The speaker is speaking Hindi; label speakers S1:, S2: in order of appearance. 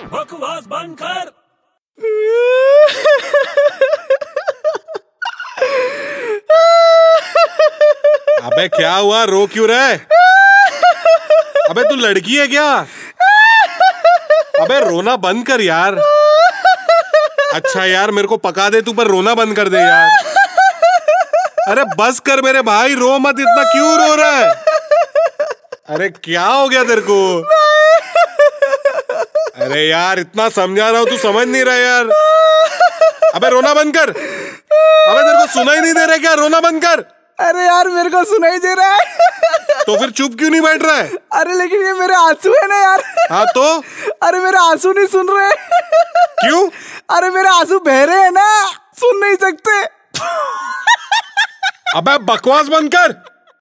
S1: आवाज बंद कर
S2: अबे क्या हुआ रो क्यों रहे अबे तू लड़की है क्या अबे रोना बंद कर यार अच्छा यार मेरे को पका दे तू पर रोना बंद कर दे यार अरे बस कर मेरे भाई रो मत इतना क्यों रो रहा है अरे क्या हो गया तेरे को अरे यार इतना समझा रहा हूँ तू समझ नहीं रहा यार अबे रोना बंद कर अबे तेरे को सुना ही नहीं दे रहा है क्या रोना बंद कर
S3: अरे यार मेरे को सुनाई दे रहा है
S2: तो फिर चुप क्यों नहीं बैठ रहा है
S3: अरे लेकिन ये मेरे आंसू है ना यार
S2: हाँ तो
S3: अरे मेरे आंसू नहीं सुन रहे
S2: क्यों
S3: अरे मेरे आंसू बह रहे हैं ना सुन नहीं सकते
S2: अबे बकवास बंद कर